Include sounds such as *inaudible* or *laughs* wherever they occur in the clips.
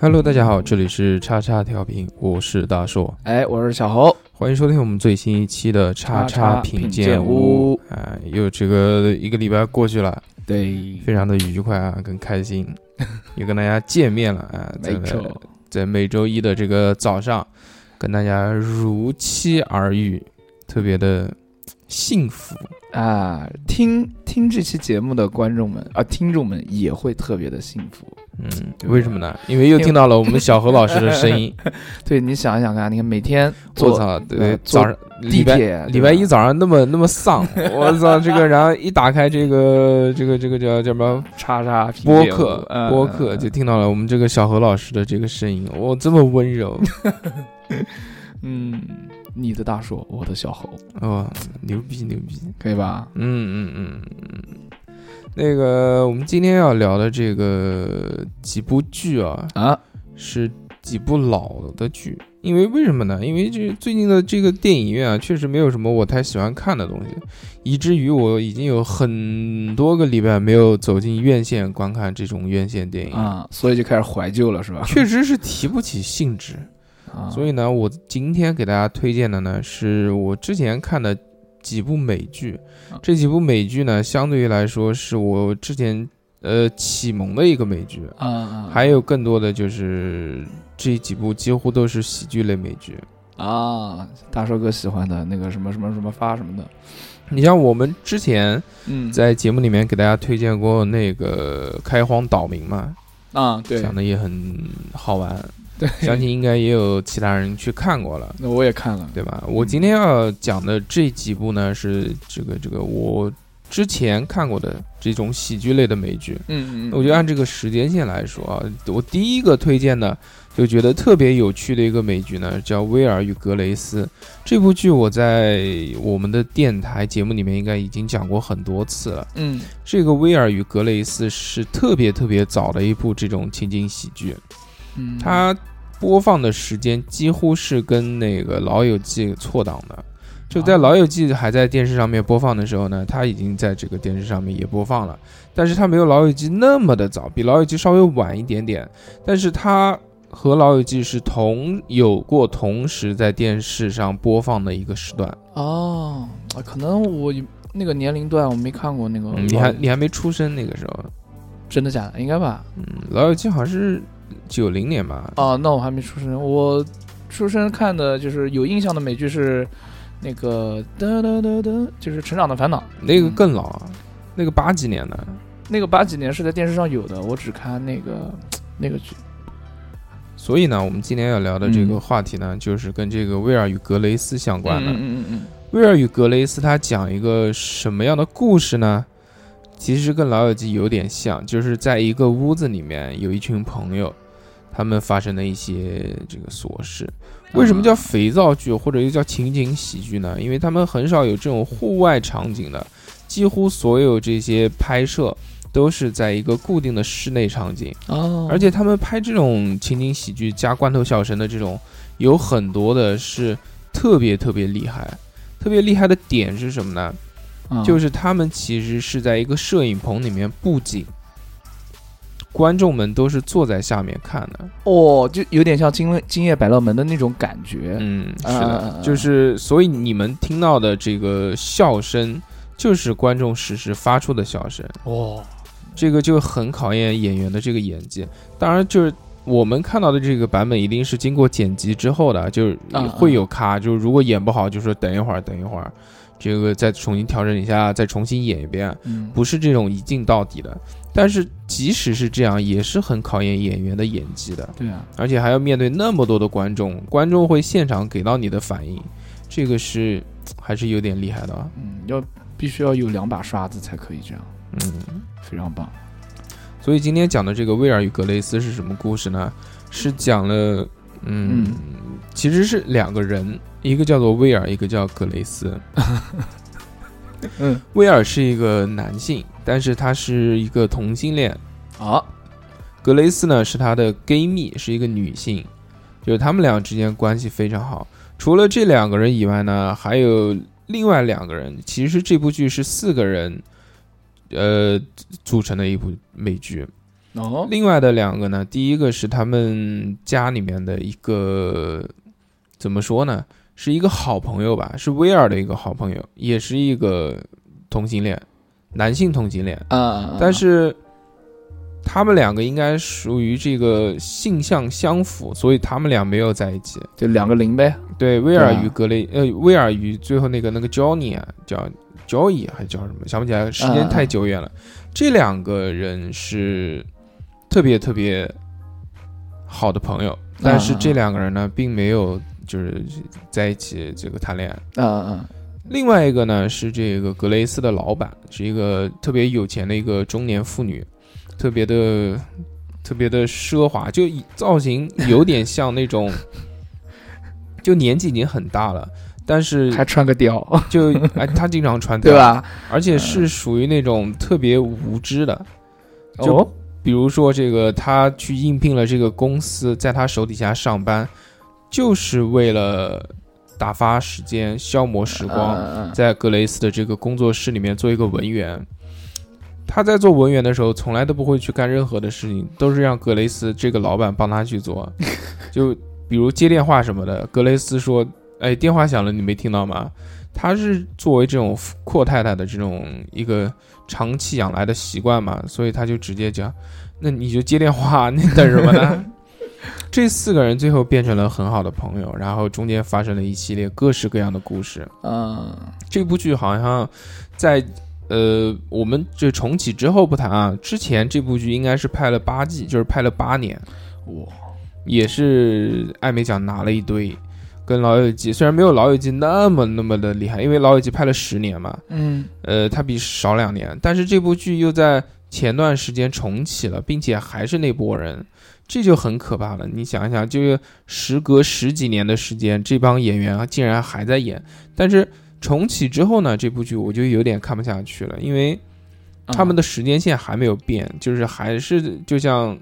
Hello，大家好，这里是叉叉调频，我是大硕，哎，我是小侯，欢迎收听我们最新一期的叉叉品品鉴鉴屋屋。哎，又这个一个礼拜过去了，对，非常的愉快啊，跟开心， *laughs* 又跟大家见面了啊，在没错，在每周一的这个早上，跟大家如期而遇，特别的幸福。啊，听听这期节目的观众们啊，听众们也会特别的幸福。嗯，对啊为什么呢？因为又听到了我们小何老师的声 *laughs* 音。对你想一想看，你看每天我坐操，对，坐早上地礼拜铁，礼拜一哎对吧啊早上那么那么 *laughs* 丧，我操！这个，然后一打开这个这个这个叫叫什么叉叉品播鉴屋客嗯播客，就听到了我们这个小何老师的这个声音，哇，这么温 *laughs* 柔，嗯，你的大硕，我的小侯，哇，哦牛逼牛逼！可以吧？嗯嗯嗯嗯。那个，我们今天要聊的这个几部剧啊，啊，是几部老的剧，因为为什么呢？因为这最近的这个电影院啊，确实没有什么我太喜欢看的东西，以至于我已经有很多个礼拜没有走进院线观看这种院线电影，啊，所以就开始怀旧了，是吧？确实是提不起兴致。啊，所以呢，我今天给大家推荐的呢，是我之前看的几部美剧啊。这几部美剧呢，相对于来说是我之前呃启蒙的一个美剧，啊啊，还有更多的就是这几部几乎都是喜剧类美剧。啊，大硕哥喜欢的那个什么什么什么发什么的，你像我们之前嗯，在节目里面给大家推荐过那个《开荒岛民》嘛，啊，对讲的也很好玩，对，相信应该也有其他人去看过了。那我也看了，对吧？我今天要讲的这几部呢，是这个这个我之前看过的这种喜剧类的美剧。嗯嗯，我就按这个时间线来说啊，我第一个推荐的，就觉得特别有趣的一个美剧呢，叫《威尔与格雷斯》。这部剧我在我们的电台节目里面应该已经讲过很多次了。嗯这个《威尔与格雷斯》是特别特别早的一部这种情景喜剧。嗯，它播放的时间几乎是跟那个《老友记》错档的。就在《啊老友记》还在电视上面播放的时候呢，它已经在这个电视上面也播放了，但是它没有《老友记》那么的早，比《老友记》稍微晚一点点。但是它和《老友记》是同有过同时在电视上播放的一个时段。哦，啊可能我那个年龄段我没看过那个老，嗯哦你还你还没出生那个时候，真的假的？应该吧？嗯，《老友记》好像是九零年吧？哦，那我还没出生，我出生看的就是有印象的美剧是那个噔噔噔噔，就是《成长的烦恼》，嗯那个更老啊，那个八几年的。那个八几年是在电视上有的，我只看那个那个剧。所以呢，我们今天要聊的这个嗯话题呢，就是跟这个威尔与格雷斯相关的。嗯嗯嗯威尔与格雷斯他讲一个什么样的故事呢？其实跟《老友记》有点像，就是在一个屋子里面有一群朋友，他们发生的一些这个琐事。为什么叫肥皂剧或者又叫情景喜剧呢？因为他们很少有这种户外场景的，几乎所有这些拍摄都是在一个固定的室内场景。嗯，哦，而且他们拍这种情景喜剧加罐头笑声的这种，有很多的是特别特别厉害。特别厉害的点是什么呢？哦嗯就是啊是他们其实是在一个摄影棚里面布景，观众们都是坐在下面看的。哦，就有点像《今今夜百乐门》的那种感觉。嗯，是嗯嗯的嗯，嗯就是所以你们听到的这个笑声，就是观众实时发出的笑声。哦，这个就很考验演员的这个演技。当然，就是我们看到的这个版本一定是经过剪辑之后的，就是嗯会有卡，就是如果演不好，就说等一会儿，等一会儿，这个再重新调整一下，再重新演一遍，嗯，不是这种一镜到底的。但是即使是这样，也是很考验演员的演技的，对啊，而且还要面对那么多的观众，观众会现场给到你的反应，这个是还是有点厉害的啊。嗯，要必须要有两把刷子才可以这样，嗯。非常棒。所以今天讲的这个《威尔与格雷斯》是什么故事呢？是讲了，嗯，嗯其实是两个人，一个叫做威尔，一个叫格雷斯。嗯，威尔是一个男性，但是他是一个同性恋；啊，格雷斯呢是他的闺蜜，是一个女性，就是他们俩之间关系非常好。除了这两个人以外呢，还有另外两个人。其实这部剧是四个人，呃，组成的一部美剧。哦，另外的两个呢，第一个是他们家里面的一个怎么说呢，是一个好朋友吧，是威尔的一个好朋友，也是一个同性恋，男性同性恋，啊啊，啊但是他们两个应该属于这个性向相符，所以他们俩没有在一起。就两个零呗，对，威尔对啊与格雷，呃，威尔与最后那个那个 Johnny 啊，叫 Joey 还叫什么？想不起来，时间太久啊远了。这两个人是特别特别好的朋友，但是嗯嗯这两个人呢，并没有就是在一起这个谈恋爱。啊啊另外一个呢是这个格雷斯的老板，是一个特别有钱的一个中年妇女，特别的特别的奢华，就以造型有点像那 *laughs* 种，就年纪已经很大了，但是啊啊，还穿 *laughs* 个貂，就哎，她经常穿对？吧？而且是属于那种特别无知的，就哦，比如说这个她去应聘了这个公司，在她手底下上班，就是为了打发时间、消磨时光。嗯，嗯在格雷斯的这个工作室里面做一个文员。他在做文员的时候，从来都不会去干任何的事情，都是让格雷斯这个老板帮他去做。就比如接电话什么的，格雷斯说：“哎，电话响了，你没听到吗？”他是作为这种阔太太的这种一个长期养来的习惯嘛，所以他就直接讲：“那你就接电话，你等什么呢？” *laughs* 这四个人最后变成了很好的朋友，然后中间发生了一系列各式各样的故事。嗯，这部剧好像在呃，我们这重启之后不谈啊，之前这部剧应该是拍了八季，就是拍了八年，我也是艾美奖拿了一堆。跟老友记虽然没有老友记那么那么的厉害，因为老友记拍了十年嘛，嗯呃，它比少两年，但是这部剧又在前段时间重启了，并且还是那波人，这就很可怕了。你想一想，就是时隔十几年的时间，这帮演员啊竟然还在演，但是重启之后呢，这部剧我就有点看不下去了，因为他们的的时间线还没有变，就是还是就像。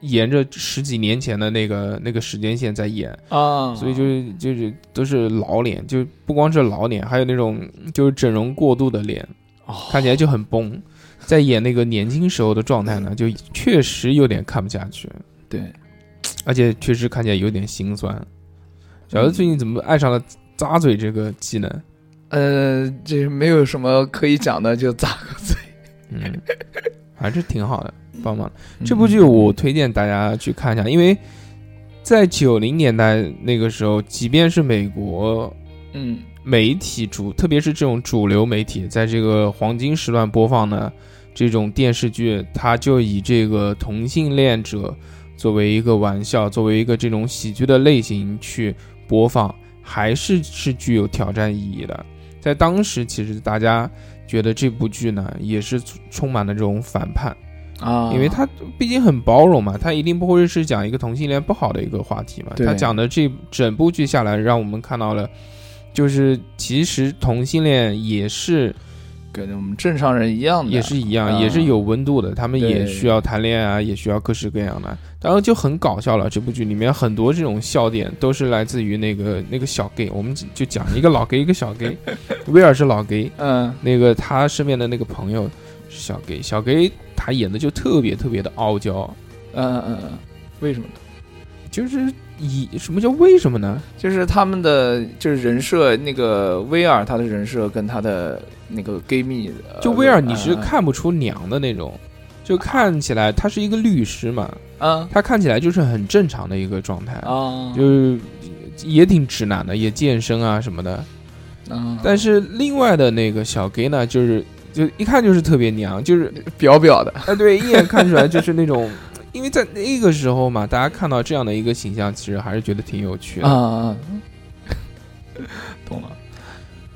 沿着十几年前的那个那个时间线在演，啊，所以就是就是都是老脸，就不光是老脸，还有那种就是整容过度的脸，哦看起来就很崩。在演那个年轻时候的状态呢，就确实有点看不下去，对，而且确实看起来有点心酸。小刘最近怎么爱上了扎嘴这个技能？呃，这没有什么可以讲的，就咋个嘴。嗯，还是挺好的，棒棒的。 *laughs* 这部剧我推荐大家去看一下，因为在九零年代那个时候，即便是美国嗯，媒体主，特别是这种主流媒体，在这个黄金时段播放的这种电视剧，它就以这个同性恋者作为一个玩笑，作为一个这种喜剧的类型去播放，还是是具有挑战意义的。在当时，其实大家觉得这部剧呢，也是充满了这种反叛，嗯啊，因为它毕竟很包容嘛，它一定不会是讲一个同性恋不好的一个话题嘛。对它讲的这整部剧下来，让我们看到了，就是其实同性恋也是跟我们正常人一样的，也是一样，啊也是有温度的，他们也对需要谈恋爱啊，也需要各式各样的。当然就很搞笑了，这部剧里面很多这种笑点都是来自于那个那个小 gay，我们就讲一个老 gay 一个小 *laughs* gay，威尔是老 gay，嗯那个他身边的那个朋友是小 gay，小 gay 他演的就特别特别的傲娇。嗯嗯嗯，为什么呢？就是以什么叫为什么呢？就是他们的就是人设，那个威尔他的人设跟他的那个 gay 蜜，呃就威尔你是嗯看不出娘的那种，就看起来他是一个律师嘛，嗯他看起来就是很正常的一个状态，啊，就是也挺直男的，也健身啊什么的。嗯，但是另外的那个小 gay 呢，就是就一看就是特别娘， *laughs* 就是表表的，啊，对，一眼看出来就是那 *laughs* 种。因为在那个时候嘛，大家看到这样的一个形象，其实还是觉得挺有趣的。啊，懂了。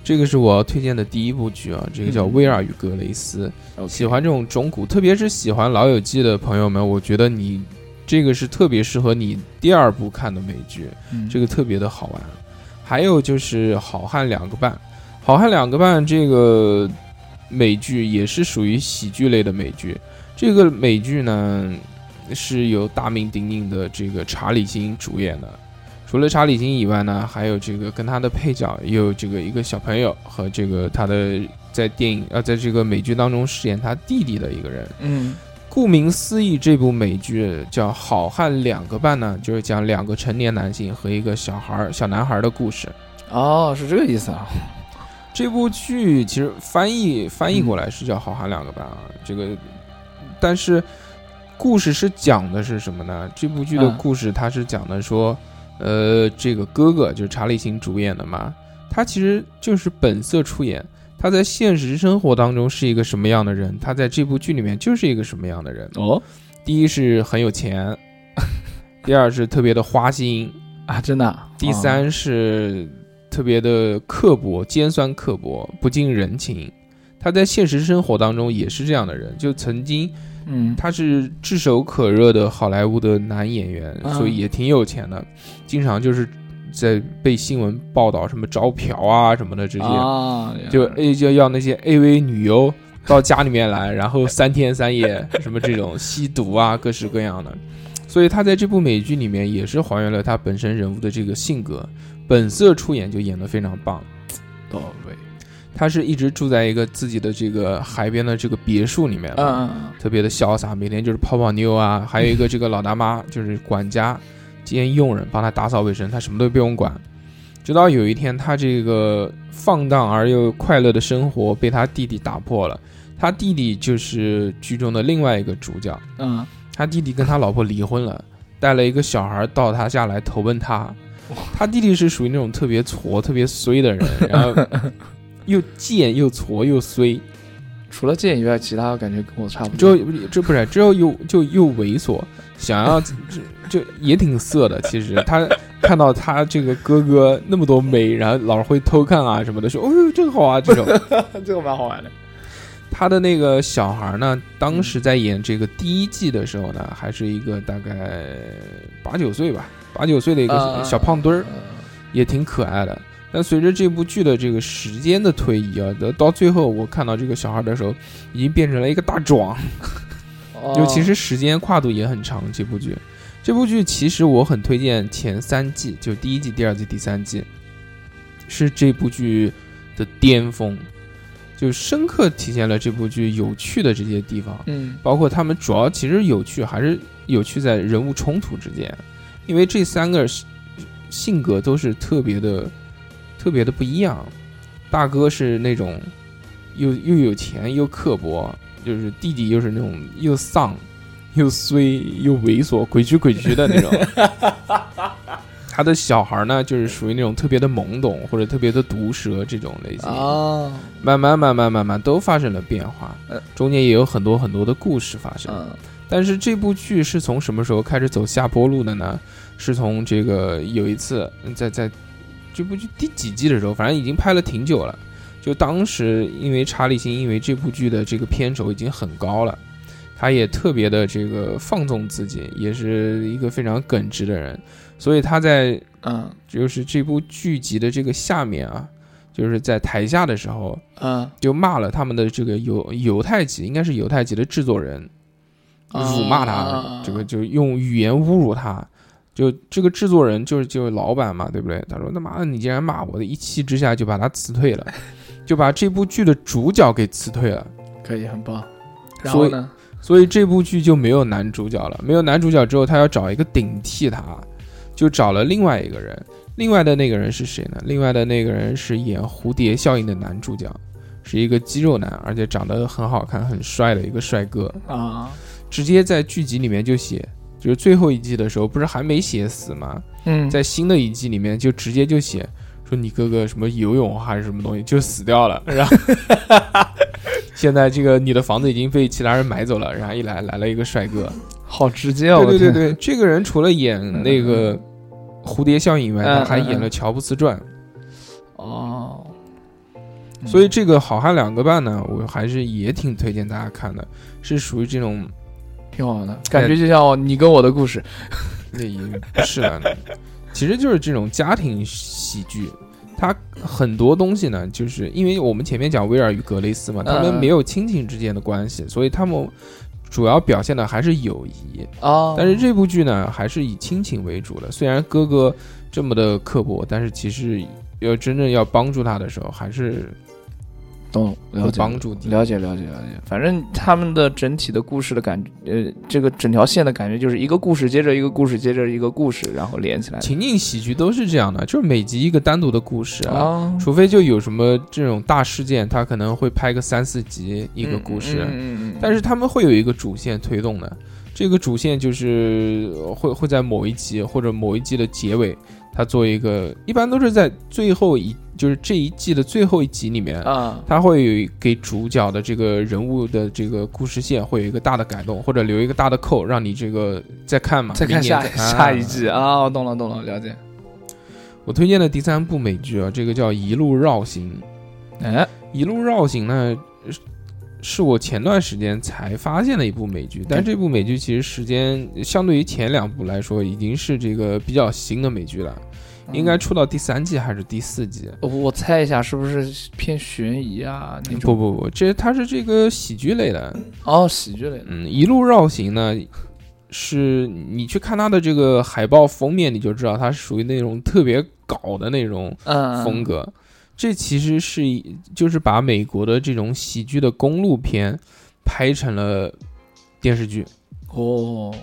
这个是我要推荐的第一部剧啊，这个叫《嗯威尔与格雷斯》。 OK 哎喜欢这种中古，特别是喜欢《老友记》的朋友们，我觉得你这个是特别适合你第二部看的美剧，嗯这个特别的好玩。还有就是《好汉两个半》，《好汉两个半》这个美剧也是属于喜剧类的美剧。这个美剧呢是由大名鼎鼎的这个查理辛主演的。除了查理辛以外呢，还有这个跟他的配角也有这个一个小朋友和这呃个他的在电影啊，在这个美剧当中饰演他弟弟的一个人。嗯顾名思义，这部美剧叫《好汉两个半》呢，就是讲两个成年男性和一个小孩儿、小男孩儿的故事。哦，是这个意思啊。这部剧其实翻译翻译过来是叫《好汉两个半》啊，这个，但是故事是讲的是什么呢？这部剧的嗯故事它是讲的说，呃，这个哥哥就是查理辛主演的嘛，他其实就是本色出演。他在现实生活当中是一个什么样的人，他在这部剧里面就是一个什么样的人。哦第一是很有钱，第二是特别的花心，啊，真的啊。第三是特别的刻薄、尖酸刻薄、不近人情。他在现实生活当中也是这样的人，就曾经嗯，他是炙手可热的好莱坞的男演员，嗯所以也挺有钱的，经常就是在被新闻报道什么招嫖啊什么的这些，啊，就原来 A 就要那些 AV 女优到家里面来，然后三天三夜什么这种吸毒啊，各式各样的。所以他在这部美剧里面也是还原了他本身人物的这个性格，本色出演就演得非常棒。到位。他是一直住在一个自己的这个海边的这个别墅里面，嗯嗯嗯。特别的潇洒，每天就是泡泡妞啊，还有一个这个老大妈就是管家兼佣人，帮他打扫卫生，他什么都不用管。直到有一天，他这个放荡而又快乐的生活被他弟弟打破了。他弟弟就是剧中的另外一个主角，嗯，他弟弟跟他老婆离婚了，带了一个小孩到他家来投奔他。他弟弟是属于那种特别矬、特别衰的人，然后又贱又矬又衰，除了这以外，其他感觉跟我差不之后多。这不是，之后又就又猥琐，想要就就也挺色的。其实他看到他这个哥哥那么多美，然后老是会偷看啊什么的，说哦呦真好啊这种。这个蛮好玩的。他的那个小孩呢，当时在演这个第一季的时候呢，还是一个大概八九岁吧，八九岁的一个啊小胖墩儿，嗯也挺可爱的。但随着这部剧的这个时间的推移啊，到到最后我看到这个小孩的时候，已经变成了一个大壮。哦尤其是时间跨度也很长。这部剧，这部剧其实我很推荐前三季，就第一季、第二季、第三季，是这部剧的巅峰，就深刻体现了这部剧有趣的这些地方，嗯包括他们主要其实有趣还是有趣在人物冲突之间，因为这三个是性格都是特别的、特别的不一样。大哥是那种又又有钱又刻薄，就是弟弟又是那种又丧又衰又猥琐、鬼屈鬼屈的那种。他的小孩呢，就是属于那种特别的懵懂或者特别的毒舌这种类型。啊，慢慢慢慢慢慢都发生了变化呃，中间也有很多很多的故事发生。嗯但是这部剧是从什么时候开始走下坡路的呢？是从这个有一次嗯在在这部剧第几季的时候，反正已经拍了挺久了。就当时因为查理辛因为这部剧的这个片酬已经很高了，他也特别的这个放纵自己，也是一个非常耿直的人，所以他在嗯就是这部剧集的这个下面啊，就是在台下的时候，嗯，就骂了他们的这个犹犹太籍，应该是犹太籍的制作人，啊辱骂他，这个就用语言侮辱他。就这个制作人就是就是老板嘛，对不对？他说他妈的你竟然骂我的，一气之下就把他辞退了，就把这部剧的主角给辞退了。可以很棒。然所后以呢？所以这部剧就没有男主角了。没有男主角之后，他要找一个顶替他，就找了另外一个人。另外的那个人是谁呢？另外的那个人是演《蝴蝶效应》的男主角，是一个肌肉男，而且长得很好看、很帅的一个帅哥。啊，直接在剧集里面就写，就是最后一季的时候，不是还没写死吗？嗯，在新的一季里面就直接就写说你哥哥什么游泳啊还是什么东西就死掉了， *laughs* 然后现在这个你的房子已经被其他人买走了，然后一来来了一个帅哥，好直接哦，对对对我对，天，这个人除了演那个蝴蝶效应以外，他嗯还演嗯了《乔布斯传哦，》，嗯所以这个《好汉两个半》呢，我还是也挺推荐大家看的，是属于这种挺好的，感觉就像你跟我的故事。那也不是了， *laughs* 其实就是这种家庭喜剧。它很多东西呢，就是因为我们前面讲威尔与格雷斯嘛，他们嗯没有亲情之间的关系，所以他们主要表现的还是友谊。哦，但是这部剧呢，还是以亲情为主的。虽然哥哥这么的刻薄，但是其实要真正要帮助他的时候，还是懂，了会解，哦帮助你。了解，了解，了解。反正他们的整体的故事的感觉，呃，这个整条线的感觉就是一个故事接着一个故事接着一个故事，然后连起来的。情景喜剧都是这样的，就是每集一个单独的故事啊，啊，除非就有什么这种大事件，他可能会拍个三四集一个故事，嗯嗯嗯嗯嗯但是他们会有一个主线推动的，这个主线就是呃会会在某一集或者某一季的结尾，他做一个，一般都是在最后一，就是这一季的最后一集里面，啊，他会有给主角的这个人物的这个故事线会有一个大的改动，或者留一个大的扣，让你这个再看嘛，再看明年下下一。啊季啊，我懂了，懂了，了解。我推荐的第三部美剧啊，这个叫《一路绕行》。哎，一路绕行呢，是是我前段时间才发现的一部美剧，但这部美剧其实时间相对于前两部来说，已经是这个比较新的美剧了，嗯嗯应该出到第三季还是第四季？我我猜一下，是不是偏悬疑啊那不种？不不，这它是这个喜剧类的，哦，喜剧类的。嗯，一路绕行呢。是你去看它的这个海报封面，你就知道它是属于那种特别搞的那种嗯，风格。这其实是一，就是把美国的这种喜剧的公路片拍成了电视剧。哦，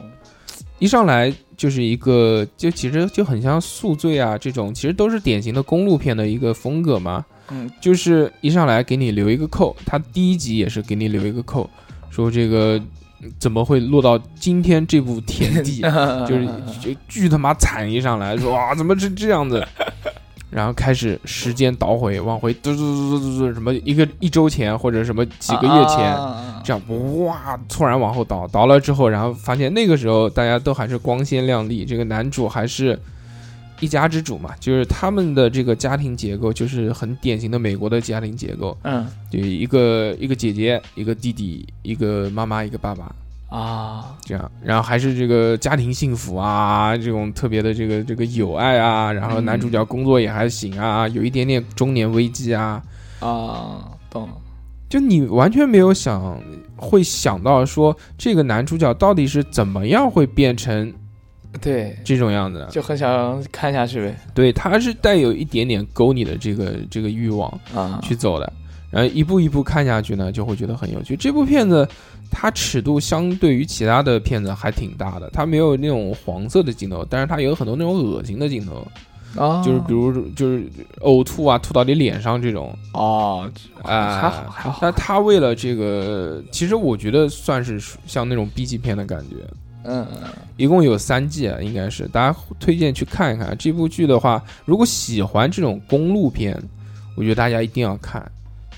一上来就是一个，就其实就很像《宿醉啊》这种，其实都是典型的公路片的一个风格嘛。嗯，，就是一上来给你留一个扣，他第一集也是给你留一个扣，说这个嗯怎么会落到今天这步 *laughs* 田地就 *laughs* 就是就巨他妈惨！一上来说哇，怎么是这样子？ *laughs* 然后开始时间倒回，往回嘟嘟嘟嘟嘟嘟，什么一个一周前或者什么几啊个月前，这样哇，突然往后倒，倒了之后，然后发现那个时候大家都还是光鲜亮丽，这个男主还是一家之主嘛，就是他们的这个家庭结构就是很典型的美国的家庭结构，嗯就一个一个姐姐，一个弟弟，一个妈妈，一个爸爸，啊，这样，然后还是这个家庭幸福啊，这种特别的这个这个友爱啊，然后男主角工作也还行啊，有一点点中年危机啊，啊，懂了。就你完全没有想会想到说这个男主角到底是怎么样会变成对，这种样子的，就很想看下去呗。对，他是带有一点点勾你的这个这个欲望啊，去走的。然后一步一步看下去呢，就会觉得很有趣。这部片子它尺度相对于其他的片子还挺大的，它没有那种黄色的镜头，但是它有很多那种恶心的镜头，啊，就是比如就是呕吐啊，吐到你脸上这种哦，啊。还好还好。但他为了这个，其实我觉得算是像那种 B 级片的感觉。嗯，一共有三季啊，应该是大家推荐去看一看这部剧的话，如果喜欢这种公路片，我觉得大家一定要看。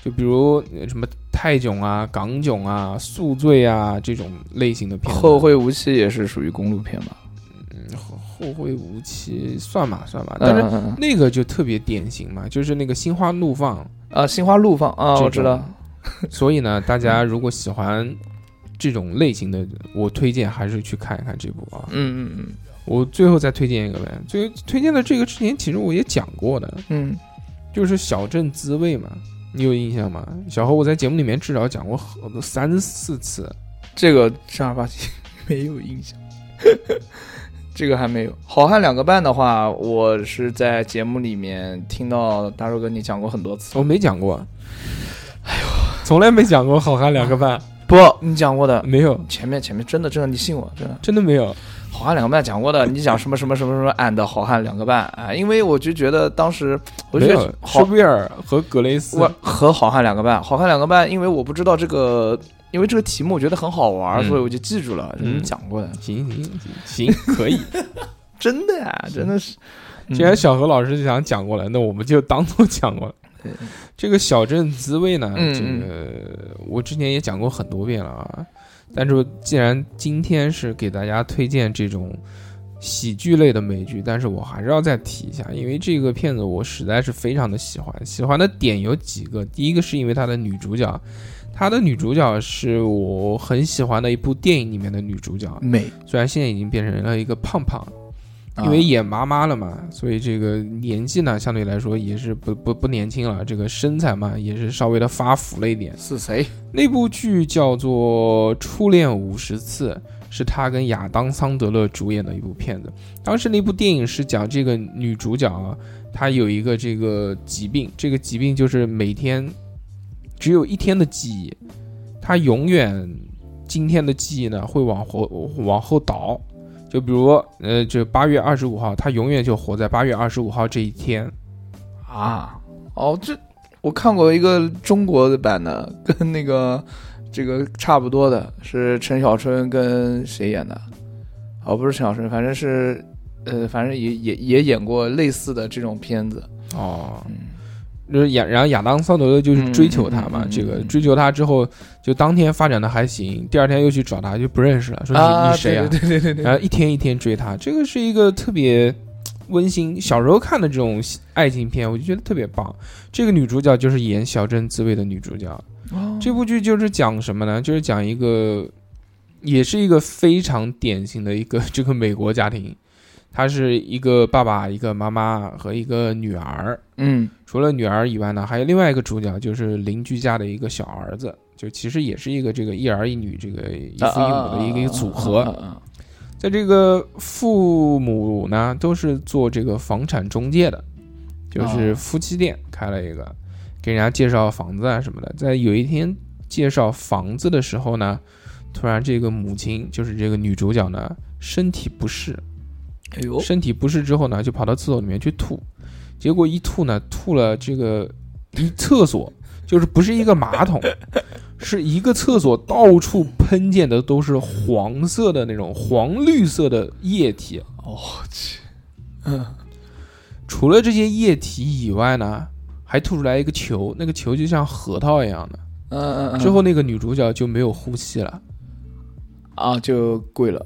就比如呃什么泰囧啊、港囧啊、宿醉啊这种类型的片子，后会无期也是属于公路片吧？后会无期算吧算吧，但是嗯那个就特别典型嘛，就是那个心花怒放啊，心花怒放啊，我知道。。这种所以呢，大家如果喜欢这种类型的，我推荐还是去看一看这部啊。嗯嗯我最后再推荐一个呗，最推荐的这个之前其实我也讲过的，嗯就是《小镇滋味》嘛，你有印象吗？小何我在节目里面至少讲过好多三四次，嗯，这个正儿八经没有印象。 *laughs* 这个还没有。好汉两个半的话，我是在节目里面听到大肉哥你讲过很多次。我没讲过，哎呦，从来没讲过好汉两个 *laughs* 半，不，你讲过的。没有，前面前面真的真的，你信我，真的。真的没有。好汉两个半讲过的，你讲什么什么什么什么俺的好汉两个半啊？因为我就觉得当时，我就没觉有得，施好，贝尔和格雷斯我和好汉两个半，好汉两个半，因为我不知道这个，因为这个题目我觉得很好玩，嗯所以我就记住了，嗯你讲过的，行行行行，可以。真的呀，真的是。既嗯然小何老师想讲过了，那我们就当做讲过了对。这个小镇滋味呢，嗯这个我之前也讲过很多遍了啊。但是既然今天是给大家推荐这种喜剧类的美剧，但是我还是要再提一下，因为这个片子我实在是非常的喜欢。喜欢的点有几个，第一个是因为它的女主角，她的女主角是我很喜欢的一部电影里面的女主角，美，虽然现在已经变成了一个胖胖，啊因为演妈妈了嘛，所以这个年纪呢，相对来说也是不不不年轻了，这个身材嘛也是稍微的发福了一点。是谁？那部剧叫做《初恋五十次》，是他跟亚当·桑德勒主演的一部片子。当时那部电影是讲这个女主角啊，她有一个这个疾病，这个疾病就是每天只有一天的记忆，他永远今天的记忆呢会往后往后倒。就比如，呃，就八月二十五号，他永远就活在八月二十五号这一天。啊，哦，这我看过一个中国的版的，跟那个这个差不多的，是陈小春跟谁演的？哦，不是陈小春，反正是，呃，反正也也也演过类似的这种片子。哦，嗯，就是亚，然后亚当桑德勒就是追求他嘛，嗯嗯嗯嗯这个嗯追求他之后，就当天发展的还行，第二天又去找他，就不认识了，说你、啊，你谁啊？对对对对对对，然后一天一天追他，这个是一个特别温馨。小时候看的这种爱情片，我就觉得特别棒。这个女主角就是演小镇滋味的女主角。哦这部剧就是讲什么呢？就是讲一个，也是一个非常典型的一个 *laughs* 这个美国家庭，他是一个爸爸、一个妈妈和一个女儿。嗯除了女儿以外呢，还有另外一个主角，就是邻居家的一个小儿子，就其实也是一个这个一儿一女这个一父一母的一个一个组合。啊啊啊啊啊啊在这个父母呢，都是做这个房产中介的，就是哦夫妻店开了一个，给人家介绍房子啊什么的。在有一天介绍房子的时候呢，突然这个母亲，就是这个女主角呢，身体不适，哎呦，身体不适之后呢，就跑到厕所里面去吐，结果一吐呢，吐了这个一厕所，就是不是一个马桶，是一个厕所，到处喷溅的都是黄色的那种黄绿色的液体。啊我去，嗯，除了这些液体以外呢，还吐出来一个球，那个球就像核桃一样的。嗯嗯嗯，之后那个女主角就没有呼吸了，啊就跪了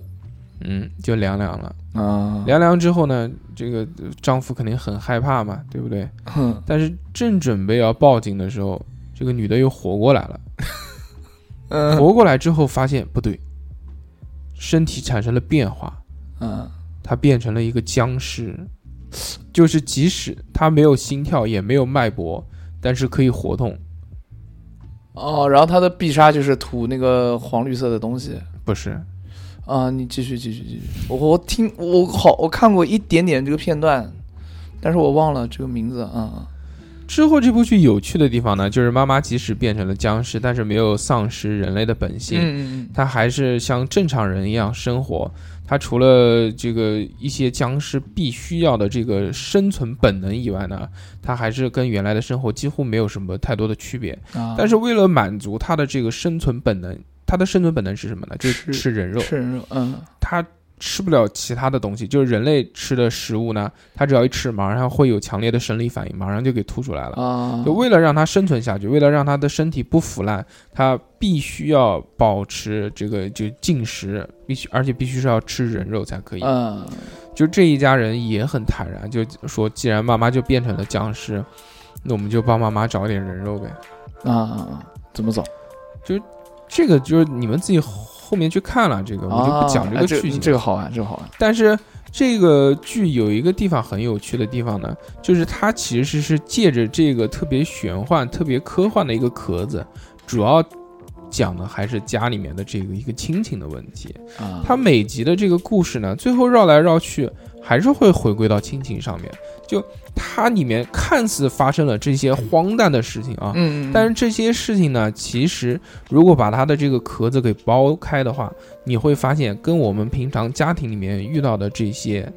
嗯，就凉凉了。啊，凉凉之后呢，这个呃丈夫肯定很害怕嘛，对不对？哼但是正准备要报警的时候，这个女的又活过来了。 *laughs* 嗯活过来之后，发现不对，身体产生了变化，嗯，她变成了一个僵尸，就是即使她没有心跳，也没有脉搏，但是可以活动。哦，然后他的必杀就是吐那个黄绿色的东西不是，啊，你继续继续继续，我我听我好我看过一点点这个片段，但是我忘了这个名字啊，之后这部剧有趣的地方呢，就是妈妈即使变成了僵尸，但是没有丧失人类的本性。嗯嗯他还是像正常人一样生活。他除了这个一些僵尸必须要的这个生存本能以外呢，他还是跟原来的生活几乎没有什么太多的区别。嗯，啊但是为了满足他的这个生存本能，他的生存本能是什么呢？就是吃吃人肉。吃人肉，嗯他吃不了其他的东西，就是人类吃的食物呢，他只要一吃，马上会有强烈的生理反应，马上就给吐出来了。啊就为了让它生存下去，为了让它的身体不腐烂，它必须要保持这个就进食，必须而且必须是要吃人肉才可以。嗯就这一家人也很坦然，就说既然妈妈就变成了僵尸，那我们就帮妈妈找点人肉呗。啊啊怎么走？这个就是你们自己后面去看了，这个我就不讲啊这哎个剧情。这个好玩，这个好玩，但是这个剧有一个地方很有趣的地方呢，就是它其实是借着这个特别玄幻、特别科幻的一个壳子，主要讲的还是家里面的这个一个亲情的问题。啊它每集的这个故事呢，最后绕来绕去还是会回归到亲情上面。就它里面看似发生了这些荒诞的事情啊，嗯，嗯但是这些事情呢，其实如果把它的这个壳子给剥开的话，你会发现跟我们平常家庭里面遇到的这些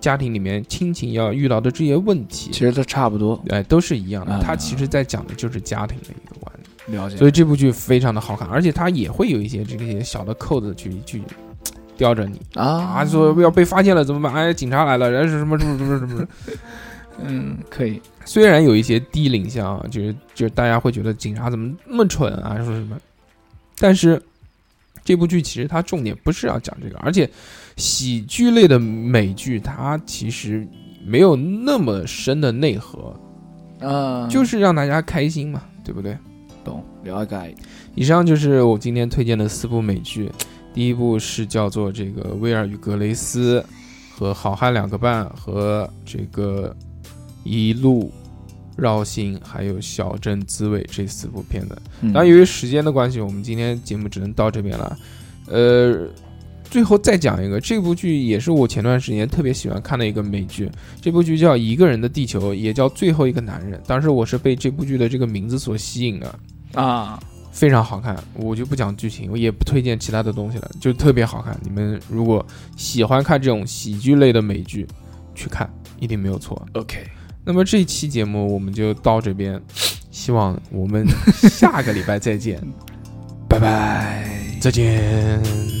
家庭里面亲情要遇到的这些问其题，实都差不多，哎，都是一样的啊。它其实在讲的就是家庭的一个观念，了解所以这部剧非常的好看，而且它也会有一些这些小的扣子去去。吊着你啊啊！说要被发现了怎么办？哎，警察来了，然后是什么什么什么什么什么？嗯，可以，虽然有一些低龄向啊，就是就是大家会觉得警察怎么那么蠢啊，说什么，但是这部剧其实它重点不是要讲这个，而且喜剧类的美剧它其实没有那么深的内核，嗯，就是让大家开心嘛，对不对？懂了解，以上就是我今天推荐的四部美剧，第一部是叫做这个《威尔与格雷斯》和《好汉两个半》和这个《一路绕行》，还有《小镇滋味》这四部片子。嗯当然，由于时间的关系，我们今天节目只能到这边了。呃，最后再讲一个，这部剧也是我前段时间特别喜欢看的一个美剧，这部剧叫《一个人的地球》，也叫《最后一个男人》。当时我是被这部剧的这个名字所吸引的，啊，非常好看。我就不讲剧情，我也不推荐其他的东西了，就特别好看。你们如果喜欢看这种喜剧类的美剧，去看一定没有错。 OK，那么这一期节目我们就到这边，希望我们下个礼拜再见，拜拜。再见。